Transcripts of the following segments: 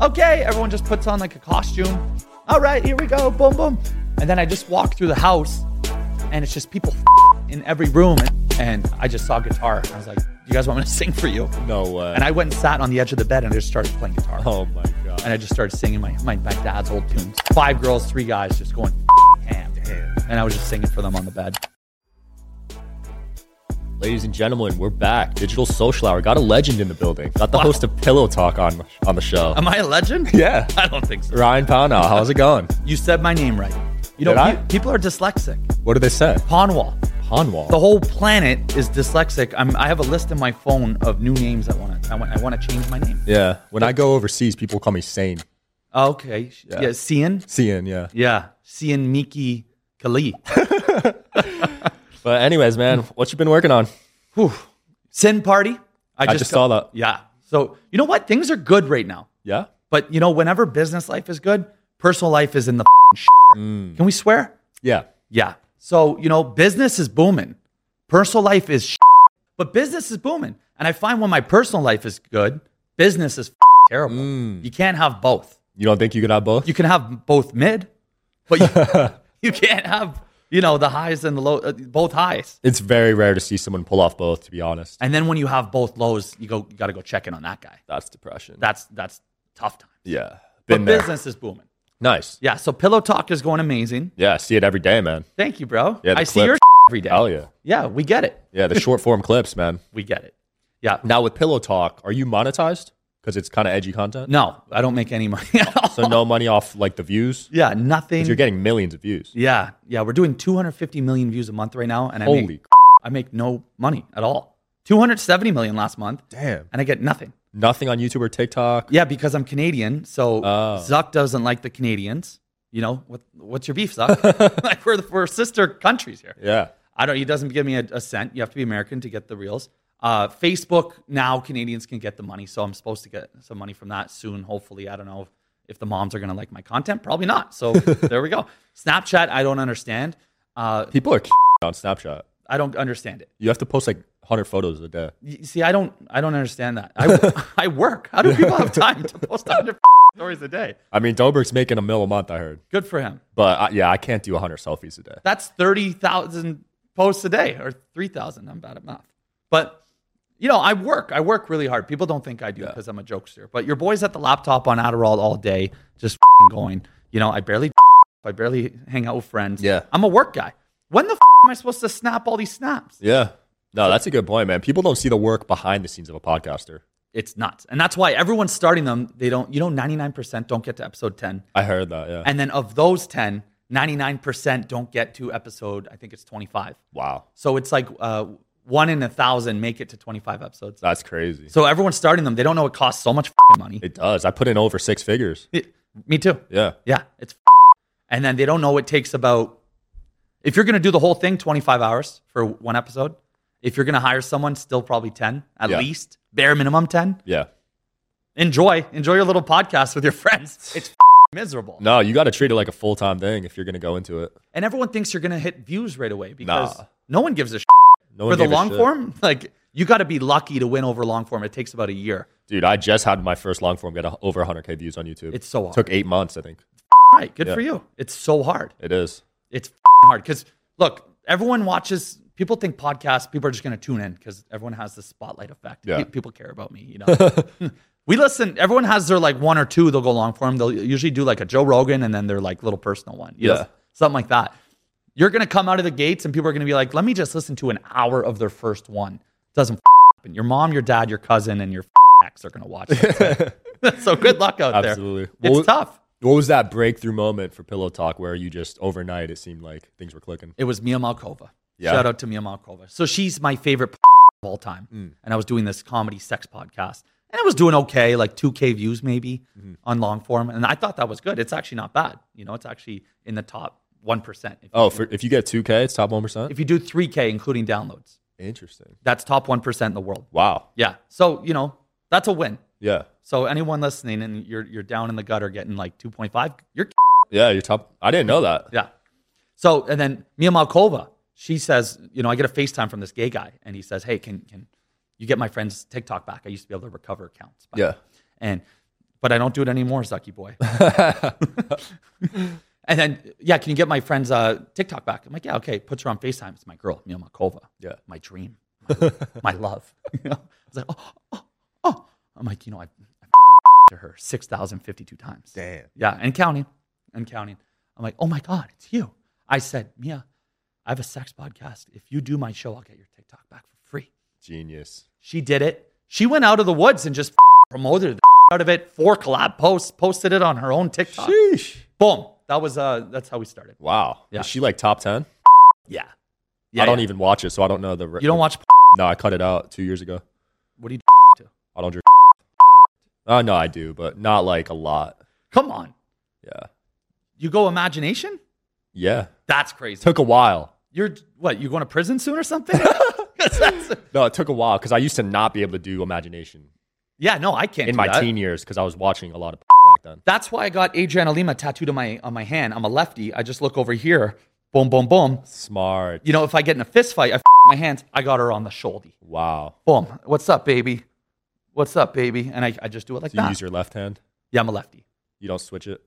okay, everyone just puts on like a costume. All right, here we go, boom, boom. And then I just walk through the house and it's just people in every room. And I just saw guitar. I was like, you guys want me to sing for you? No way. And I went and sat on the edge of the bed and I just started playing guitar. oh my god. And I just started singing my, my, my dad's old tunes. Five girls, three guys just going ham. And I was just singing for them on the bed. Ladies and gentlemen, we're back. Digital Social Hour got a legend in the building. Got the Wow. host of Pillow Talk on on the show. Am I a legend? yeah. I don't think so. Ryan Pownall, how's it going? You said my name right. You know, Did I? pe- people are dyslexic. What did they say? Ponwall. Ponwall. The whole planet is dyslexic. I'm, I have a list in my phone of new names I want to. I want. I want to change my name. yeah. When I go overseas, people call me Sane. Okay. Yeah. Cian. Cian, yeah. Yeah. Cian Miki Kali. But anyways, man, what you been working on? Whew. Sin party. I just saw that. Yeah. So you know what? Things are good right now. Yeah. But you know, whenever business life is good, personal life is in the shit. Mm. Can we swear? Yeah. Yeah. So, you know, business is booming. Personal life is shit, but business is booming. And I find when my personal life is good, business is f***ing terrible. Mm. You can't have both. You don't think you could have both? You can have both mid, but you, you can't have, you know, the highs and the low, uh, both highs. it's very rare to see someone pull off both, to be honest. And then when you have both lows, you go you got to go check in on that guy. That's depression. That's that's tough time. yeah. But Been there. business is booming. Nice. Yeah, so pillow talk is going amazing. Yeah. See it every day, man. Thank you, bro. Yeah, the I see clips. your every day. Hell yeah. Yeah, we get it. Yeah. The short form clips, man. We get it. Yeah. Now with Pillow Talk, are you monetized? Because it's kind of edgy content. No, I don't make any money at all. So no money off like the views. yeah, nothing. You're getting millions of views. yeah, yeah. We're doing 250 million views a month right now, and I Holy make I make no money at all. 270 million last month, damn. and I get nothing. Nothing on YouTube or TikTok. Yeah, because I'm Canadian, so Oh. Zuck doesn't like the Canadians. You know what? What's your beef, Zuck? like we're the, we're sister countries here. Yeah. I don't. He doesn't give me a, a cent. You have to be American to get the reels. Uh, Facebook now Canadians can get the money, so I'm supposed to get some money from that soon. Hopefully, I don't know if, if the moms are going to like my content. Probably not. So there we go. Snapchat, I don't understand. Uh, People are on Snapchat. I don't understand it. You have to post like 100 photos a day. You see, I don't. I don't understand that. I, I work. How do people have time to post 100 stories a day? I mean, Dobrik's making a mil a month, I heard. Good for him. But I, yeah, I can't do 100 selfies a day. That's 30,000 posts a day or 3,000. I'm bad at math. But, you know, I work. I work really hard. People don't think I do because I'm a jokester. But your boy's at the laptop on Adderall all day, just fing going. You know, I barely, I barely hang out with friends. Yeah. I'm a work guy. When the f- am I supposed to snap all these snaps? Yeah. No, that's a good point, man. People don't see the work behind the scenes of a podcaster. It's nuts. And that's why everyone's starting them. They don't, you know, 99% don't get to episode 10. I heard that. Yeah. And then of those 10, 99% don't get to episode, I think it's 25. wow. So it's like uh, one in a thousand make it to 25 episodes. That's crazy. So everyone's starting them. They don't know it costs so much fing money. It does. I put in over six figures. It- me too. Yeah. Yeah, it's fing. and then they don't know it takes about if you're going to do the whole thing 25 hours for one episode. If you're going to hire someone, still probably 10 at Yeah. least, bare minimum 10. Yeah. Enjoy, enjoy your little podcast with your friends. It's fing miserable. No, you got to treat it like a full time thing if you're going to go into it. And everyone thinks you're going to hit views right away because Nah. no one gives a shit. No one for the gave a long shit. form. Like you got to be lucky to win over long form. It takes about a year. Dude, I just had my first long form get a, over 100K views on YouTube. It's so hard. took eight months, I think. Right. Good for you. It's so hard. It is. It's f***ing hard because look, everyone watches. People think podcasts. People are just going to tune in because everyone has the spotlight effect. Yeah. Pe- People care about me. You know. we listen. Everyone has their like one or two. They'll go long form. They'll usually do like a Joe Rogan and then their like little personal one. you know, Yeah. something like that. You're going to come out of the gates and people are going to be like, "Let me just listen to an hour of their first one." doesn't f***ing happen. Your mom, your dad, your cousin, and your f***ing ex are going to watch it. so good luck out Absolutely. there. It's Well, tough. What was that breakthrough moment for Pillow Talk where you just overnight it seemed like things were clicking? It was Mia Malkova. Yeah. Shout out to Mia Malkova. So she's my favorite p- of all time. And I was doing this comedy sex podcast and it was doing okay, like 2K views maybe on long form. And I thought that was good. It's actually not bad. You know, it's actually in the top 1%. If, Oh, for, if you get 2K, it's top 1%? if you do 3K, including downloads, Interesting. that's top 1% in the world. Wow. Yeah. So, you know, that's a win. Yeah. So anyone listening and you're, you're down in the gutter getting like 2.5, you're Yeah, you're top. I didn't know that. Yeah. So and then Mia Malkova, she says, you know, I get a FaceTime from this gay guy, and he says, hey, can can you get my friend's TikTok back? I used to be able to recover accounts. Back. Yeah. And but I don't do it anymore, Zucky boy. and then, yeah, can you get my friend's uh, TikTok back? I'm like, yeah, okay. Puts her on FaceTime. It's my girl, Mia Makova. Yeah. My dream, my, my love. You know? I was like, oh, oh, oh. I'm like, you know, I, I to her 6,052 times. Damn. Yeah, and counting, and counting. I'm like, oh my God, it's you. I said, Mia, I have a sex podcast. If you do my show, I'll get your TikTok back for free. Genius. She did it. She went out of the woods and just promoted the out of it. Four collab posts, posted it on her own TikTok. Sheesh. Boom. That was uh. That's how we started. Wow. Yeah. Is she like top 10? Yeah. I don't yeah. even watch it, so I don't know the. re- You don't watch. No, I cut it out two years ago. What do you? I don't drink. Uh, no, I do, but not like a lot. Come on. Yeah. You go imagination. Yeah. That's crazy. Took a while. You're what? You going to prison soon or something? 'Cause that's- No, it took a while because I used to not be able to do imagination yeah. No, I can't. in do my that. teen years because I was watching a lot of back then. That's why I got Adriana Lima tattooed on my on my hand. I'm a lefty. I just look over here. Boom, boom, boom. Smart. You know, if I get in a fist fight, I f- my hands. I got her on the shoulder. Wow. Boom. What's up, baby? What's up, baby? And I, I just do it like So you that. use your left hand. yeah, I'm a lefty. You don't switch it.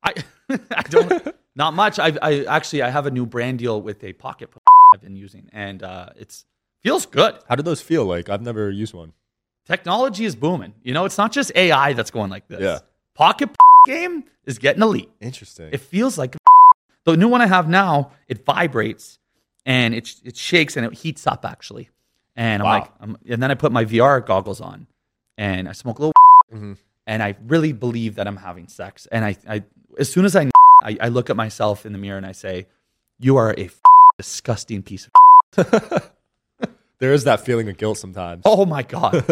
I, I don't. not much. I, I actually I have a new brand deal with a pocket p- I've been using, and uh, it's feels good. How do those feel like? I've never used one. Technology is booming. You know, it's not just AI that's going like this. Yeah. Pocket p- game is getting elite. Interesting. It feels like a the new one I have now. It vibrates and it it shakes and it heats up actually. And I'm Wow. like, I'm, and then I put my VR goggles on and I smoke a little. Mm-hmm. And I really believe that I'm having sex. And I, I as soon as I, I, I look at myself in the mirror and I say, "You are a disgusting piece of." there is that feeling of guilt sometimes. Oh my god!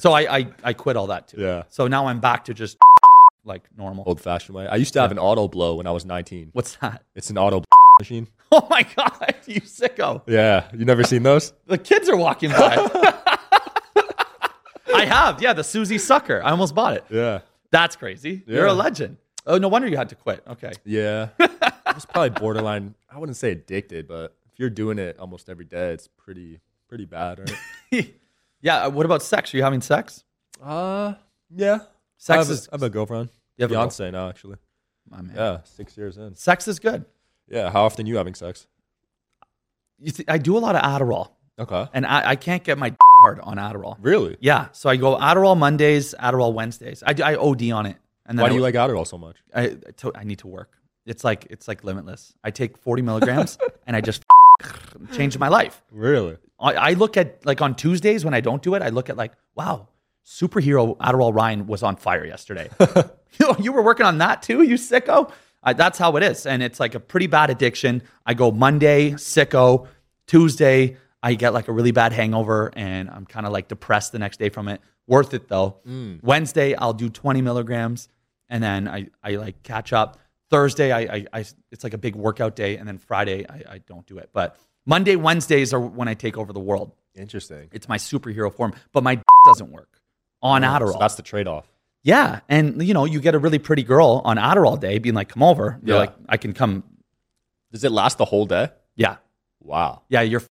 so I, I I quit all that too. Yeah. Oh. So now I'm back to just like normal. Old fashioned way. I used to have an auto blow when I was 19. What's that? It's an auto machine. Oh my god! You sicko! Yeah. You never seen those? The kids are walking by. I have, yeah, the Susie Sucker. I almost bought it. Yeah. That's crazy. You're a Yeah. legend. Oh, no wonder you had to quit. Okay. Yeah. I was probably borderline. I wouldn't say addicted, but if you're doing it almost every day, it's pretty pretty bad, right? yeah. uh, What about sex? Are you having sex? uh yeah. Sex I have, a- is- I have a girlfriend. You have a girl- Beyonce now, actually. My man. Yeah, six years in. Sex is good. Yeah. How often you having sex? You see, I do a lot of Adderall, Okay. and I, I can't get my hard on Adderall. Really? Yeah. So I go Adderall Mondays, Adderall Wednesdays. I, do- I OD on it. And then Why I- do you like Adderall so much? I, I, to, I need to work. It's like it's like limitless. I take 40 milligrams and I just changed my life. Really? I, I look at like on Tuesdays when I don't do it, I look at like, wow, superhero Adderall Ryan was on fire yesterday. you, you were working on that too, you sicko. I, that's how it is, and it's like a pretty bad addiction. I go Monday sicko, Tuesday I get like a really bad hangover, and I'm kind of like depressed the next day from it. Worth it though. Wednesday I'll do 20 milligrams, and then I I like catch up. Thursday I I, I it's like a big workout day, and then Friday I, I don't do it, but. Monday, Wednesdays are when I take over the world. Interesting. It's my superhero form, but my doesn't work on Adderall. So that's the trade off. yeah, and you know, you get a really pretty girl on Adderall day, being like, "Come over." You're Yeah. like, "I can come." Does it last the whole day? Yeah, Wow. yeah, you're f-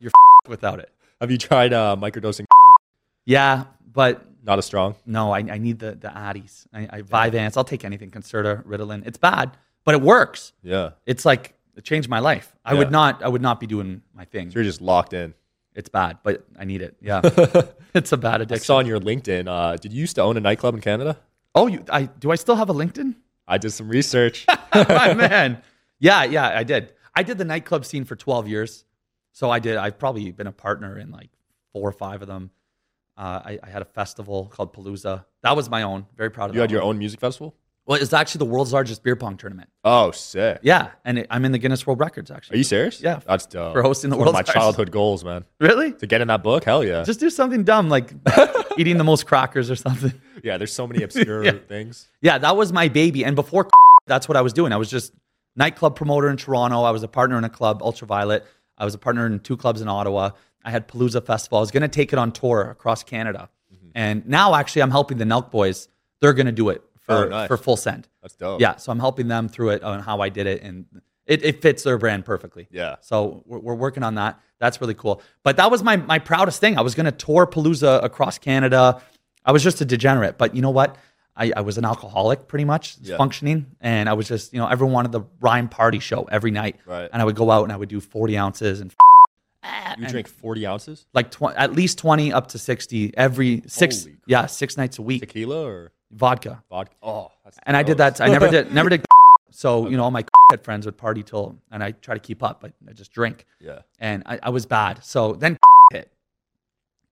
you're f- without it. Have you tried uh, microdosing? Yeah, but Not as strong. no, I, I need the the Addies, I, I Vyvanse. I'll take anything, Concerta, Ritalin. It's bad, but it works. Yeah. It's like it changed my life. I would Yeah. not, I would not be doing my thing. So you're just locked in. It's bad, but I need it. Yeah, it's a bad I addiction. saw on your LinkedIn. Uh, did you used to own a nightclub in Canada? Oh, you, I do. I still have a LinkedIn. I did some research. my man. Yeah, yeah, I did. I did the nightclub scene for 12 years. So I did, I've probably been a partner in like four or five of them. Uh, I, I had a festival called Palooza. That was my own. Very proud of you that had your one. own music festival? Well, it's actually the world's largest beer pong tournament. Oh, sick. Yeah. And it, I'm in the Guinness World Records, Are actually. you serious? Yeah. That's dope. For hosting the It's one world's of my largest- childhood goals, man. really? To get in that book? Hell yeah. Just do something dumb like eating the most crackers or something. yeah, there's so many obscure Yeah. things. Yeah, that was my baby. And before that's what I was doing. I was just nightclub promoter in Toronto. I was a partner in a club, Ultraviolet. I was a partner in two clubs in Ottawa. I had Palooza Festival. I was going to take it on tour across Canada. Mm-hmm. And now actually I'm helping the Nelk Boys. They're going to do it for, Oh, nice. for Full Send. That's dope. Yeah, so I'm helping them through it on how I did it. And it, it fits their brand perfectly. Yeah. So we're, we're working on that. That's really cool. But that was my my proudest thing. I was going to tour Palooza across Canada. I was just a degenerate, but you know what? I, I was an alcoholic pretty much Yeah. functioning. And I was just, you know, everyone wanted the rhyme party show every night. Right. And I would go out and I would do 40 ounces and You drink 40 ounces like tw- at least 20 up to 60 every six, Holy crap. yeah, six nights a week, tequila or vodka. vodka. Oh, that's And I did gross. that. I never did, never did. So, you know, all my head friends would party till, and I try to keep up, but I just drink. Yeah. And I, I was bad. So then hit.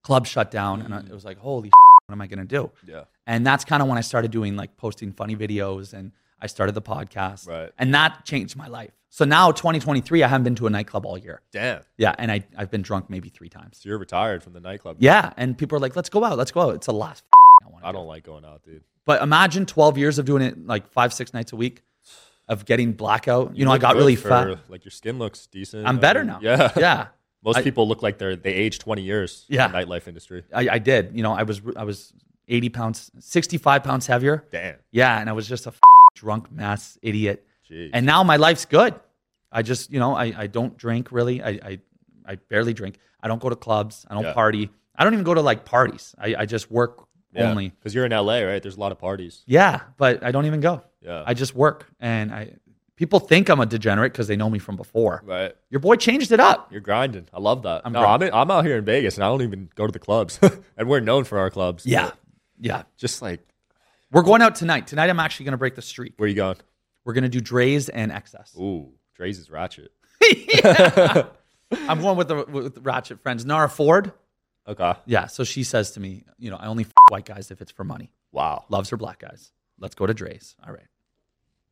Club shut down. And I, it was like, holy, what am I going to do? Yeah. And that's kind of when I started doing like posting funny videos and I started the podcast. Right. And that changed my life. So now 2023, I haven't been to a nightclub all year. Damn. Yeah. And I, I've been drunk maybe three times. So you're retired from the nightclub. Yeah. And people are like, let's go out. Let's go out. It's the last I want to I don't like going out, dude. But imagine 12 years of doing it like five, six nights a week of getting blackout. You, know, I look got good really for- fat. Like your skin looks decent. I'm I better mean, now. Yeah. Yeah. Most I- people look like they're they age 20 years. in Yeah. the nightlife industry. I, I did. You know, I was, I was 80 pounds, 65 pounds heavier. Damn. Yeah. And I was just a drunk mass idiot. Jeez. and now my life's good. I just, you know, I, I don't drink really. I, I, I barely drink. I don't go to clubs. I don't Yeah. party. I don't even go to like parties. I, I just work only. because you're in LA, right? There's a lot of parties. Yeah, but I don't even go. Yeah. I just work. And I people think I'm a degenerate because they know me from before. Right. Your boy changed it up. You're grinding. I love that. I'm no, I'm, in, I'm out here in Vegas and I don't even go to the clubs. and we're known for our clubs. Yeah. but Yeah. Just like, We're going out tonight. Tonight I'm actually gonna break the streak. where you going? We're gonna do Dre's and excess. Ooh, Dre's is ratchet. I'm going with the with Ratchet friends. Nara Ford. Okay. Yeah. So she says to me, you know, I only f- white guys if it's for money. Wow. loves her black guys. Let's go to Dre's. All right.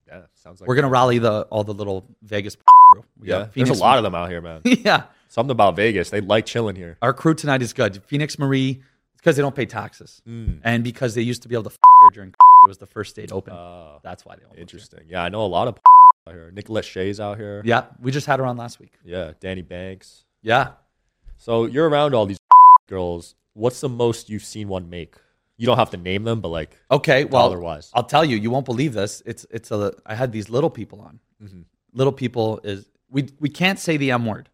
Yeah. Sounds like We're gonna rally the all the little Vegas crew. We Yeah. got There's a lot of them out here, man. yeah. Something about Vegas. They like chilling here. Our crew tonight is good. Phoenix Marie, because they don't pay taxes, Mm. and because they used to be able to f- here during it was the first state open. Oh, That's why they don't. Interesting. interesting. Yeah, I know a lot of out here. Nicolette Shea's out here. Yeah, we just had her on last week. Yeah, Danny Banks. Yeah, So you're around all these girls. What's the most you've seen one make? You don't have to name them, but like Okay, well, Dollar-wise. I'll tell you, you won't believe this. It's it's a. I had these little people on. Mm-hmm. Little people is we we can't say the M word.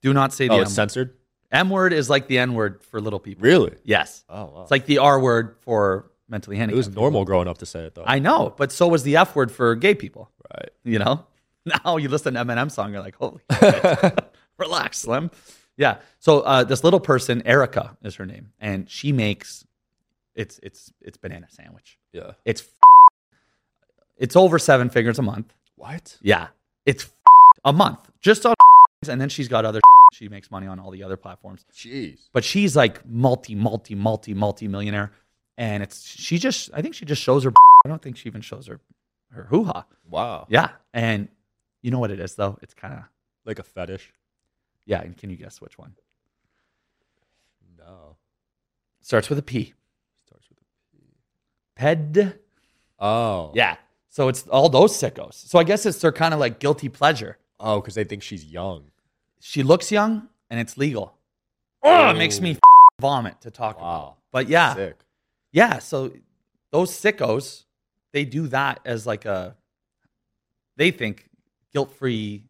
Do not say the oh, M it's word. censored. M word is like the N word for little people. Really? Yes. Oh, wow. It's like the R word for mentally it handicapped. was normal growing up to say it though. I know, but so was the F word for gay people. right. You know, now you listen to Eminem song, you're like, holy, shit. relax, Slim. Yeah. So uh, this little person, Erica, is her name, and she makes it's it's it's banana sandwich. Yeah. It's f- it's over seven figures a month. What? Yeah, it's f- a month just on, and then she's got other. She makes money on all the other platforms Jeez. but she's like multi, multi, multi, multi millionaire, and it's she just I think she just shows her. I don't think she even shows her her hoo ha. Wow. Yeah, and you know what it is though. It's kind of Like a fetish. yeah. And can you guess which one No. starts with a P? Starts with Ped. a- oh. Yeah. So it's all those sickos. So I guess it's their kind of like guilty pleasure. Oh, because they think she's young. She looks young and it's legal. Oh, it makes me vomit to talk about. Wow. But yeah, Sick. Yeah, so those sickos, they do that as like a they think guilt-free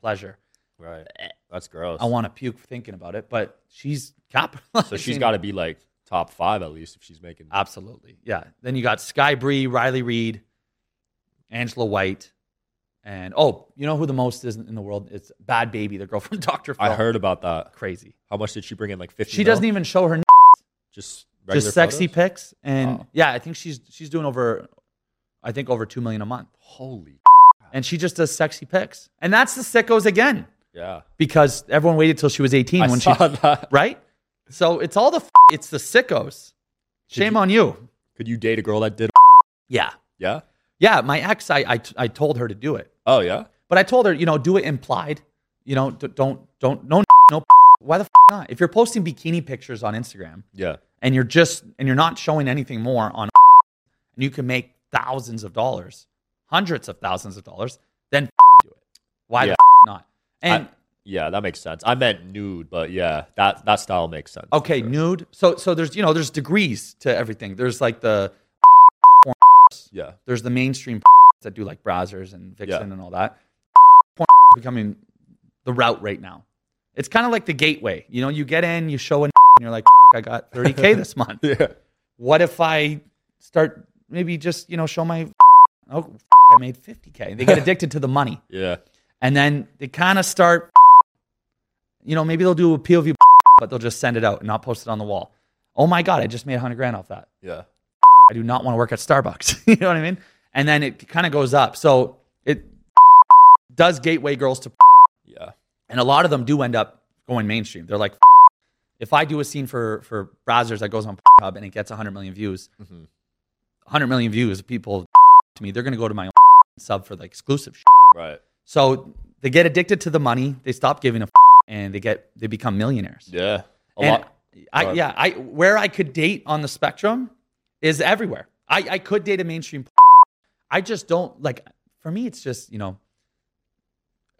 pleasure. Right. That's gross. Eh, I want to puke thinking about it, but she's capitalizing. so she's got to be like top five at least if she's making. absolutely. Yeah. Then you got Sky Bree, Riley Reed, Angela White, and oh, you know who the most is in the world? It's Bad Baby, the girl from Dr. Phil. I heard about that. crazy. How much did she bring in? Like fifty. She doesn't mil? even show her n- just regular just sexy photos? pics and Wow. yeah, I think she's she's doing over I think over 2 million a month. Holy and she just does sexy pics. And that's the sickos again yeah! because everyone waited till she was 18 I when saw she that. right? So it's all the f- it's the sickos. Shame you- on you. Could you date a girl that did? Yeah. Yeah. Yeah, my ex I, I I told her to do it. Oh yeah. But I told her, you know, do it implied. You know, d- don't don't no no why the f- not? If you're posting bikini pictures on Instagram Yeah. and you're just and you're not showing anything more on and you can make thousands of dollars, hundreds of thousands of dollars, then f- do it. Why the Yeah. f- not? And I- Yeah, that makes sense. I meant nude, but yeah, that that style makes sense. Okay, Sure. nude. So so there's you know there's degrees to everything. There's like the Yeah. there's the mainstream that do like browsers and vixen Yeah. and all that. Porn is becoming the route right now. It's kind of like the gateway. You know, you get in, you show a and you're like, I got 30k this month. Yeah. What if I start maybe just you know show my oh I made 50k. They get addicted to the money, Yeah. and then they kind of start. You know, maybe they'll do a POV, but they'll just send it out and not post it on the wall. Oh my god, I just made 100 grand off that. Yeah. I do not want to work at Starbucks. you know what I mean? And then it kind of goes up. So it does gateway girls to, Yeah. and a lot of them do end up going mainstream. They're like, if I do a scene for for browsers that goes on Pornhub and it gets 100 million views, Mhm. 100 million views, people to me, they're gonna go to my own sub for the exclusive. Shit. Right. So they get addicted to the money. They stop giving a and they get they become millionaires. Yeah. A And lot. I, Right. yeah, I where I could date on the spectrum is everywhere. I, I could date a mainstream. p- I just don't like. For me, it's just you know,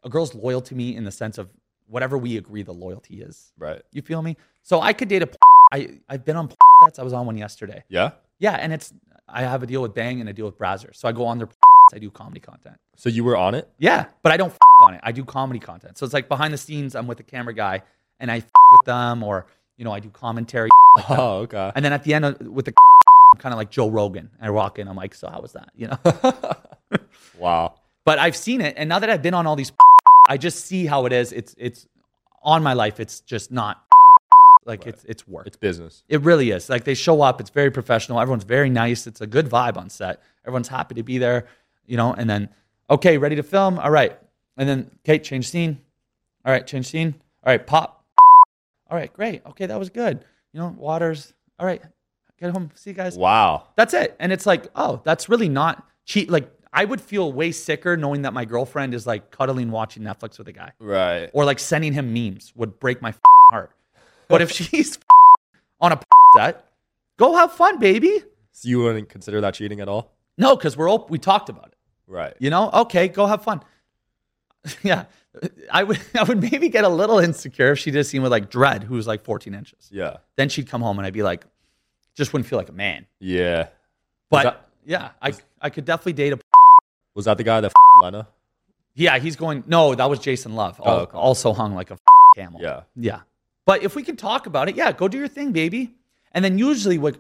a girl's loyal to me in the sense of whatever we agree the loyalty is. Right. You feel me? So I could date a. p- I I've been on p- sets. I was on one yesterday. Yeah. Yeah, and it's I have a deal with Bang and a deal with Brazzers. So I go on their. p- I do comedy content. So you were on it? Yeah, but I don't f- on it. I do comedy content. So it's like behind the scenes, I'm with the camera guy and I f- with them, or you know, I do commentary. Oh, okay. And then at the end of, with the, I'm kind of like Joe Rogan. I walk in, I'm like, so how was that? You know. Wow. but I've seen it, and now that I've been on all these, I just see how it is. It's it's on my life. It's just not like it's it's work. It's business. It really is. Like they show up, it's very professional. Everyone's very nice. It's a good vibe on set. Everyone's happy to be there, you know. And then, okay, ready to film. All right. And then, okay, change scene. All right, change scene. All right, pop. All right, great. Okay, that was good. You know, waters. All right, get home. See you guys. Wow. That's it. And it's like, oh, that's really not cheat. Like I would feel way sicker knowing that my girlfriend is like cuddling, watching Netflix with a guy Right. or like sending him memes would break my f***ing heart. But if she's f***ing on a p- set, go have fun, baby. So you wouldn't consider that cheating at all? No, because we're op- we talked about it. Right. You know, okay, go have fun. yeah, I would I would maybe get a little insecure if she did a scene with like Dread, who's like 14 inches. Yeah. Then she'd come home and I'd be like, just wouldn't feel like a man. Yeah. But that- yeah, I I could definitely date a. p- Was that the guy that f- Lena? Yeah, he's going. No, that was Jason Love. al- Oh, okay. Also hung like a f- camel. Yeah. Yeah. But if we can talk about it, yeah, go do your thing, baby. And then usually what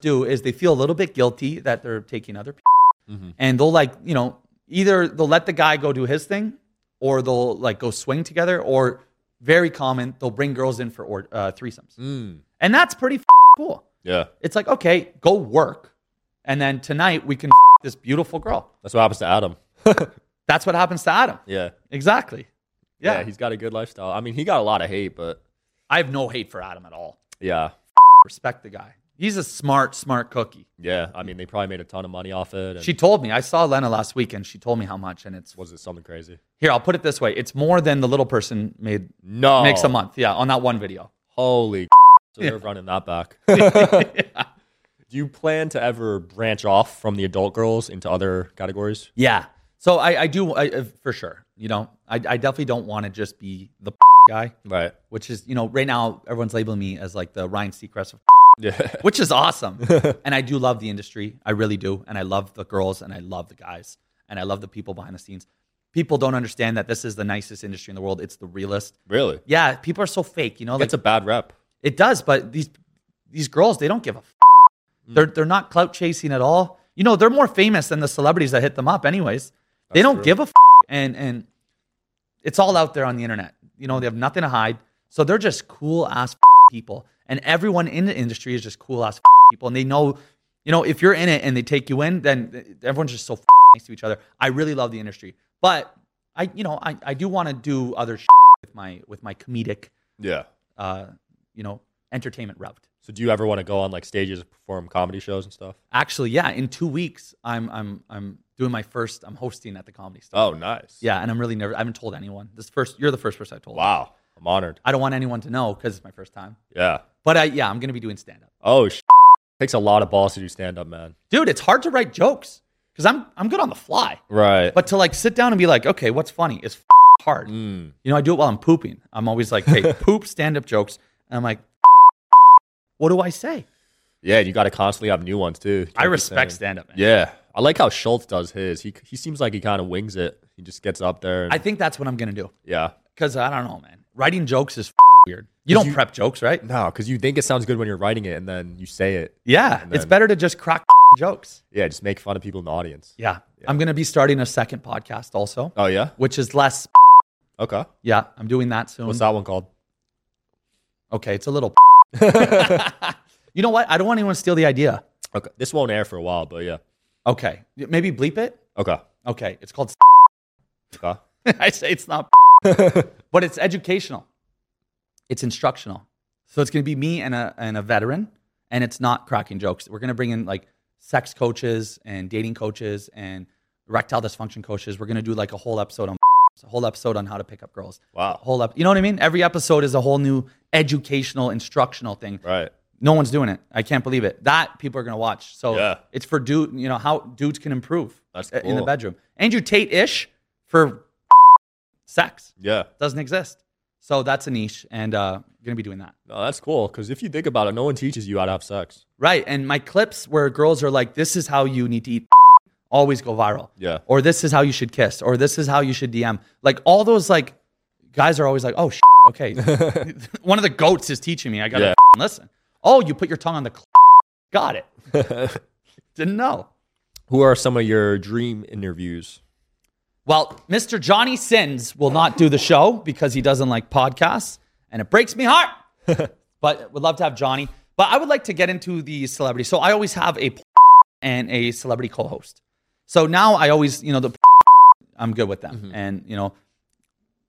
do is they feel a little bit guilty that they're taking other people. Mm-hmm. And they'll like, you know, either they'll let the guy go do his thing or they'll like go swing together or very common, they'll bring girls in for or, uh, threesomes. Mm. And that's pretty f- cool. Yeah. It's like, okay, go work. And then tonight we can f- this beautiful girl. That's what happens to Adam. That's what happens to Adam. Yeah. Exactly. Yeah. He's got a good lifestyle. I mean, he got a lot of hate, but I have no hate for Adam at all. yeah. Respect the guy. He's a smart, smart cookie. Yeah. I mean, they probably made a ton of money off it. And She told me. I saw Lena last week, and she told me how much. And it's was it something crazy? here. I'll put it this way: it's more than the little person made No. makes a month. Yeah, on that one video. Holy. So they're running that back. Do you plan to ever branch off from the adult girls into other categories? Yeah. So I, I do I, uh, for sure. You know, I, I definitely don't want to just be the guy, Right. which is you know right now everyone's labeling me as like the Ryan Seacrest of Yeah. which is awesome. and I do love the industry. I really do. And I love the girls and I love the guys and I love the people behind the scenes. People don't understand that this is the nicest industry in the world. It's the realest. Really? Yeah, people are so fake, you know. Like That's a bad rep. It does, but these these girls, they don't give a. F- Mm. they're they're not clout chasing at all. You know, they're more famous than the celebrities that hit them up. Anyways, they That's don't true. give a. F- and and it's all out there on the internet. You know, they have nothing to hide, so they're just cool ass f- people. And everyone in the industry is just cool ass f- people, and they know. You know, if you're in it and they take you in, then everyone's just so f- nice to each other. I really love the industry, but I, you know, I, I do want to do other sh- with my with my comedic Yeah. uh, you know, entertainment route. So do you ever want to go on like stages and perform comedy shows and stuff? Actually, yeah, in two weeks, I'm I'm I'm doing my first. I'm hosting at the comedy store. Oh, nice. Yeah, and I'm really nervous. I haven't told anyone. This first, you're the first person I told. Wow. I'm honored. I don't want anyone to know because it's my first time. Yeah. But I, yeah, I'm gonna be doing stand up, Oh, sh- takes a lot of balls to do stand up, man. dude. It's hard to write jokes because I'm I'm good on the fly, Right. but to like sit down and be like, okay, what's funny is f- hard. Mm. You know, I do it while I'm pooping. I'm always like, hey, poop stand up jokes, and I'm like, what do I say? Yeah, and you got to constantly have new ones too. I respect stand up. Yeah, I like how Schultz does his. He he seems like he kind of wings it. He just gets up there. And, I think that's what I'm gonna do. yeah. Because I don't know, man. Writing jokes is f- weird. You 'Cause don't you- prep jokes, right? No, because you think it sounds good when you're writing it, and then you say it. Yeah, And it's then- better to just crack jokes. Yeah, just make fun of people in the audience. Yeah. I'm going to be starting a second podcast also, Oh yeah. which is less. Okay. Yeah, I'm doing that soon. What's that one called? Okay, it's a little. you know what? I don't want anyone to steal the idea. Okay. This won't air for a while, but yeah. Okay, maybe bleep it. Okay. Okay, it's called. Okay. I say it's not, but it's educational. It's instructional. So it's going to be me and a and a veteran, and it's not cracking jokes. We're going to bring in like sex coaches and dating coaches and erectile dysfunction coaches. We're going to do like a whole episode on a whole episode on how to pick up girls. Wow. A whole up. You know what I mean? Every episode is a whole new educational instructional thing. Right. No one's doing it. I can't believe it. That people are gonna watch. So Yeah. it's for dude. You know how dudes can improve uh, That's in the cool. bedroom. Andrew Tate ish for sex Yeah. doesn't exist. So that's a niche, and uh, gonna be doing that. No, that's cool. Because if you think about it, no one teaches you how to have sex. Right. And my clips where girls are like, "This is how you need to eat," always go viral. Yeah. Or this is how you should kiss. Or this is how you should DM. Like all those like guys are always like, "Oh, shit, okay." One of the goats is teaching me. I gotta Yeah. listen. Oh, you put your tongue on the. Cl- Got it. Didn't know. Who are some of your dream interviews? Well, Mr. Johnny Sins will not do the show because he doesn't like podcasts, and it breaks me heart. but would love to have Johnny. But I would like to get into the celebrity. So I always have a and a celebrity co-host. So now I always, you know, the I'm good with them, Mm-hmm. and you know,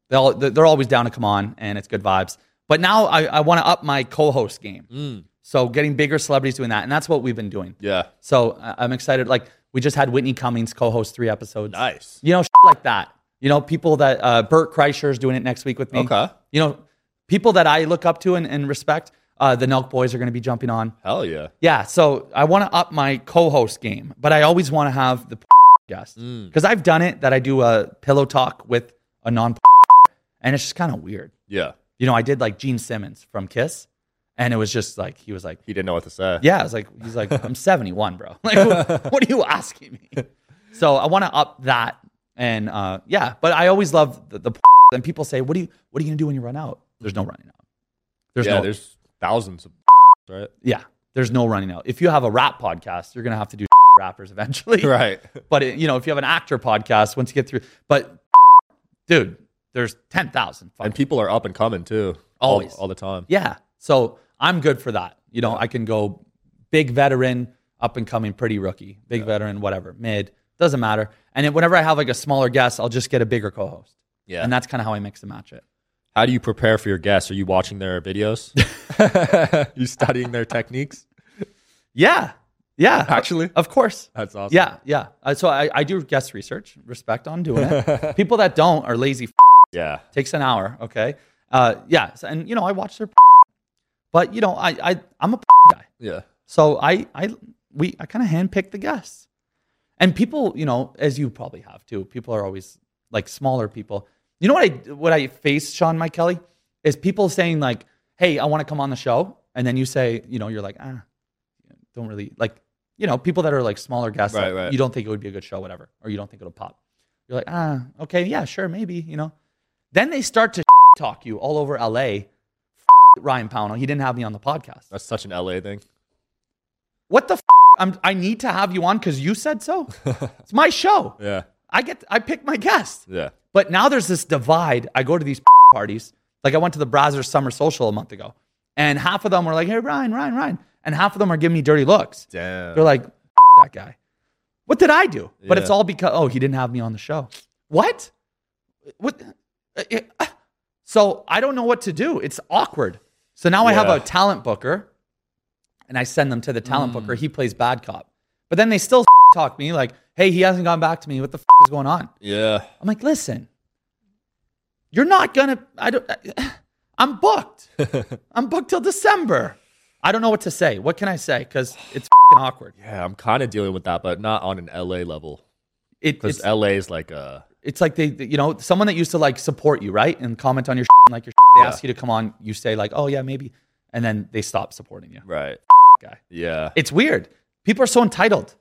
they all they're they're always down to come on, and it's good vibes. But now I, I want to up my co-host game. So getting bigger celebrities doing that, and that's what we've been doing. Mm. Yeah. So I- I'm excited. Like we just had Whitney Cummings co-host three episodes. Nice. You know, shit like that. You know, people that uh, Bert Kreischer is doing it next week with me. Okay. You know, people that I look up to and, and respect. Uh, the Nelk Boys are going to be jumping on. Hell yeah. Yeah. So I want to up my co-host game, but I always want to have the guest because I've done it that I do a pillow talk with a non, and it's just kind of weird. Yeah. You know, I did like Gene Simmons from Kiss, and it was just like he was like. He didn't know what to say. Yeah, I was like, he's like, I'm 71, bro. Like, what, what are you asking me? So I want to up that, and uh, yeah, but I always love the, the and people say, what do you what are you gonna do when you run out? There's no running out. There's Yeah. no There's thousands of right. yeah. There's no running out. If you have a rap podcast, you're gonna have to do rappers eventually, Right. But it, you know, if you have an actor podcast, once you get through, but dude, there's ten thousand. And people are up and coming too. Always. All, all the time. Yeah. So I'm good for that. You know, I can go big veteran, up and coming, pretty rookie, big veteran, whatever, mid, doesn't matter. And then whenever I have like a smaller guest, I'll just get a bigger co host. Yeah. And that's kind of how I mix and match it. How do you prepare for your guests? Are you watching their videos? you studying their techniques? Yeah. Yeah. Actually? Of course. That's awesome. Yeah. Yeah. Uh, so I, I do guest research, respect on doing it. People that don't are lazy. F- Yeah. takes an hour. Okay. Uh, yeah. So- And, you know, I watch their, but, you know, I, I, I'm a guy. Yeah. So I I we I kind of handpicked the guests. And people, you know, as you probably have too, people are always like smaller people. You know what I what I face, Sean Mike Kelly, is people saying like, "Hey, I want to come on the show," and then you say, you know, you're like, ah, don't really like, you know, people that are like smaller guests, Right, like, right. you don't think it would be a good show, whatever, or you don't think it'll pop. You're like, ah, okay, yeah, sure, maybe, you know. Then they start to talk you all over LA. F- Ryan Pownell, he didn't have me on the podcast. That's such an LA thing. What the f- I'm, I need to have you on because you said so. it's my show. Yeah. I get I pick my guests. Yeah. But now there's this divide. I go to these parties. Like I went to the Brazzers Summer Social a month ago, and half of them were like, "Hey, Ryan, Ryan, Ryan," and half of them are giving me dirty looks. Damn. They're like, "F- "That guy." What did I do? But it's Yeah. all because oh, he didn't have me on the show. What? What? uh, uh, So I don't know what to do. It's awkward. So now I have Yeah. a talent booker and I send them to the talent Mm. booker. He plays bad cop. But then they still talk me like, hey, he hasn't gone back to me. What the f- is going on? yeah. I'm like, listen, you're not going to, I don't, I, I'm booked. I'm booked till December. I don't know what to say. What can I say? Because it's f***ing awkward. Yeah. I'm kind of dealing with that, but not on an LA level. It, Because it's, LA is like a. it's like they, you know, someone that used to like support you, right? And comment on your and like your They ask you to come on. You say like, oh yeah, maybe. And then they stop supporting you. Right. Guy. Yeah. It's weird. People are so entitled.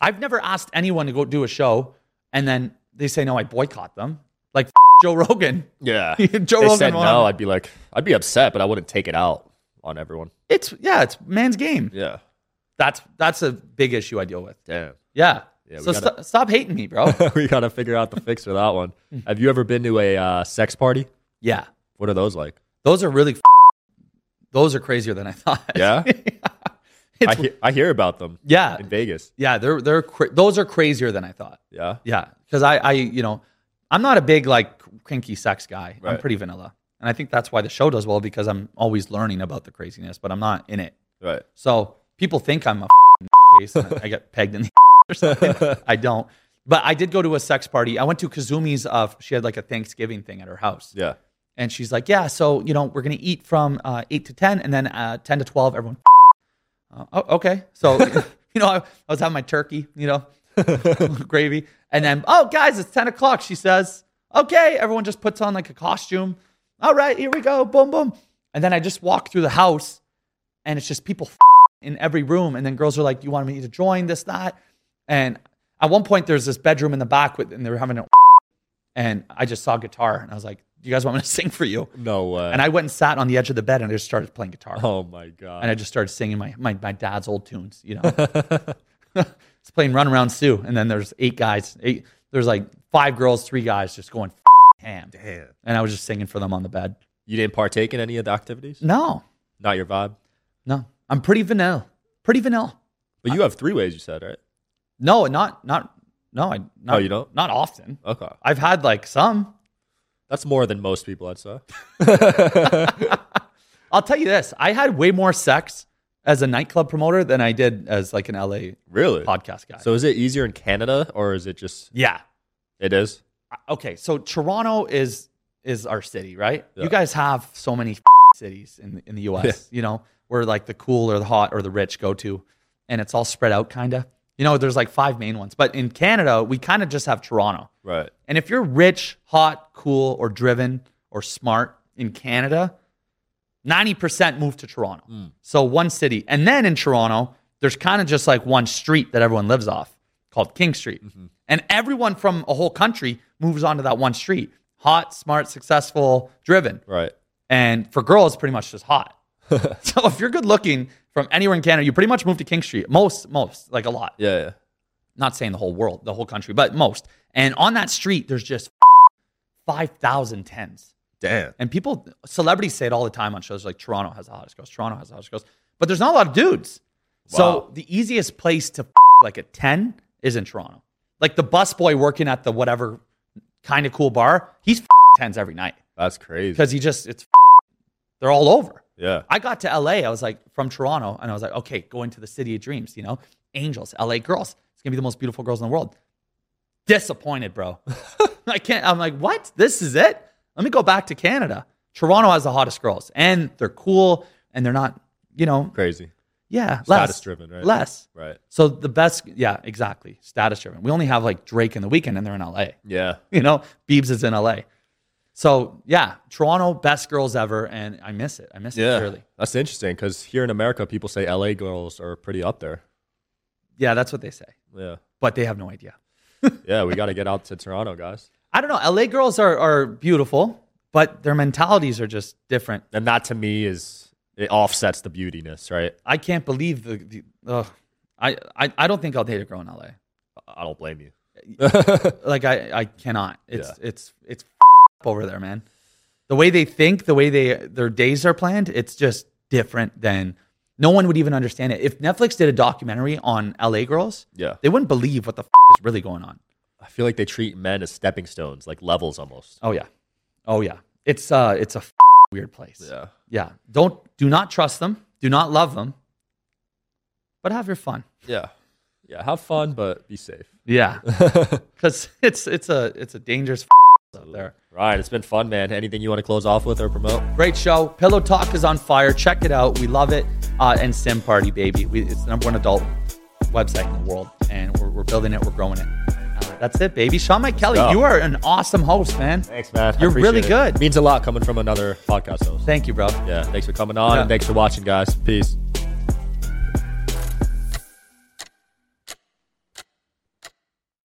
I've never asked anyone to go do a show and then they say no, I boycott them. Like f- Joe Rogan. Yeah. Joe If they Rogan said won. no, I'd be like, I'd be upset, but I wouldn't take it out on everyone. It's yeah, it's man's game. Yeah. That's that's a big issue I deal with. Damn. Yeah. Yeah, we so gotta- st- stop hating me, bro. we got to figure out the fix for that one. Have you ever been to a uh, sex party? yeah. What are those like? Those are really f- those are crazier than I thought. Yeah? I, It's- he- I hear about them yeah. in Vegas. Yeah, they're they're cra- those are crazier than I thought. Yeah. Yeah, because I, I, you know, I'm not a big like kinky sex guy. I'm Right. pretty vanilla, and I think that's why the show does well because I'm always learning about the craziness, but I'm not in it. Right. So people think I'm a case, and I get pegged in the or something. I don't. But I did go to a sex party. I went to Kazumi's. Uh, she had like a Thanksgiving thing at her house, Yeah. and she's like, "Yeah, so you know, we're gonna eat from uh, eight to ten, and then uh, ten to twelve, everyone." Uh, oh, okay. So you know, I, I was having my turkey, you know, gravy, and then oh, guys, it's ten o'clock. She says, "Okay, everyone just puts on like a costume. All right, here we go, boom, boom." And then I just walk through the house, and it's just people in every room, and then girls are like, "You want me to join this, that?" And at one point, there's this bedroom in the back, with, and they were having an and I just saw guitar and I was like, "Do you guys want me to sing for you?" No way. And I went and sat on the edge of the bed and I just started playing guitar oh my god. and I just started singing my my, my dad's old tunes, you know. it's playing Run Around Sue, and then there's eight guys, eight there's like five girls, three guys, just going f- ham, Damn. and I was just singing for them on the bed. You didn't partake in any of the activities? No, Not your vibe. no, I'm pretty vanilla, pretty vanilla. But you have three ways you said, right? No, not not no, I not, Oh, you don't? not often. Okay. I've had like some. That's more than most people I'd say. I'll tell you this: I had way more sex as a nightclub promoter than I did as like an LA Really? podcast guy. So is it easier in Canada or is it just yeah, it is? okay. So Toronto is is our city, right? Yeah. You guys have so many cities in in the U.S. You know, where like the cool or the hot or the rich go to, and it's all spread out, kind of. You know, there's like five main ones, but in Canada, we kind of just have Toronto. Right. And if you're rich, hot, cool, or driven or smart in Canada, 90% move to Toronto. So one city. And then in Toronto, there's kind of just like one street that everyone lives off called King Street. And everyone from a whole country moves onto that one street. Hot, smart, successful, driven. Right. And for girls, pretty much just hot. so if you're good looking from anywhere in Canada, you pretty much move to King Street. Most, most, like a lot Yeah, yeah. not saying the whole world, the whole country, but most. And on that street, there's just 5,000 tens. Damn. And people, celebrities say it all the time on shows like Toronto has the hottest girls, Toronto has the hottest girls, but there's not a lot of dudes. Wow. So the easiest place to like a 10 is in Toronto. Like the busboy working at the whatever kind of cool bar, he's tens every night That's crazy. because he just, it's they're all over. Yeah. I got to LA. I was like from Toronto, and I was like, okay, going to the city of dreams. You know, angels, LA girls. It's gonna be the most beautiful girls in the world. Disappointed, bro. I can't. I'm like, what? This is it? Let me go back to Canada. Toronto has the hottest girls, and they're cool, and they're not. You know, Crazy. yeah, Status less driven, right? less. Right. So the best, yeah, exactly. Status driven. We only have like Drake in the weekend, and they're in LA Yeah. you know, Beebs is in LA. So yeah, Toronto, best girls ever, and I miss it. I miss Yeah. it dearly. That's interesting because here in America, people say LA girls are pretty up there. Yeah, that's what they say, Yeah. but they have no idea. Yeah. We got to get out to Toronto, guys. I don't know. LA girls are are beautiful, but their mentalities are just different. And that to me is, it offsets the beautiness, right? I can't believe the. the ugh. I, I I don't think I'll date a girl in LA. I don't blame you. Like I I cannot. It's it's it's f- over there, man. The way they think, the way they their days are planned, it's just different than. No one would even understand it. If Netflix did a documentary on LA girls, Yeah. they wouldn't believe what the f- is really going on. I feel like they treat men as stepping stones, like levels almost. Oh yeah, oh yeah. It's uh, it's a f- weird place. Yeah. yeah. Don't do not trust them. Do not love them. But have your fun. Yeah. Yeah. Have fun, but be safe. Yeah, because it's it's a it's a dangerous f- out there. Ryan, it's been fun, man. Anything you want to close off with or promote? Great show. Pillow Talk is on fire. Check it out. We love it. Uh, and Sim Party, baby. We, it's the number one adult website in the world, and we're, we're building it. We're growing it. Uh, that's it, baby. Sean Mike Kelly, go. you are an awesome host, man. Thanks, man. I You're appreciate really it. good. Means a lot coming from another podcast host. Thank you, bro. Yeah. Thanks for coming on Yeah. and thanks for watching, guys. Peace.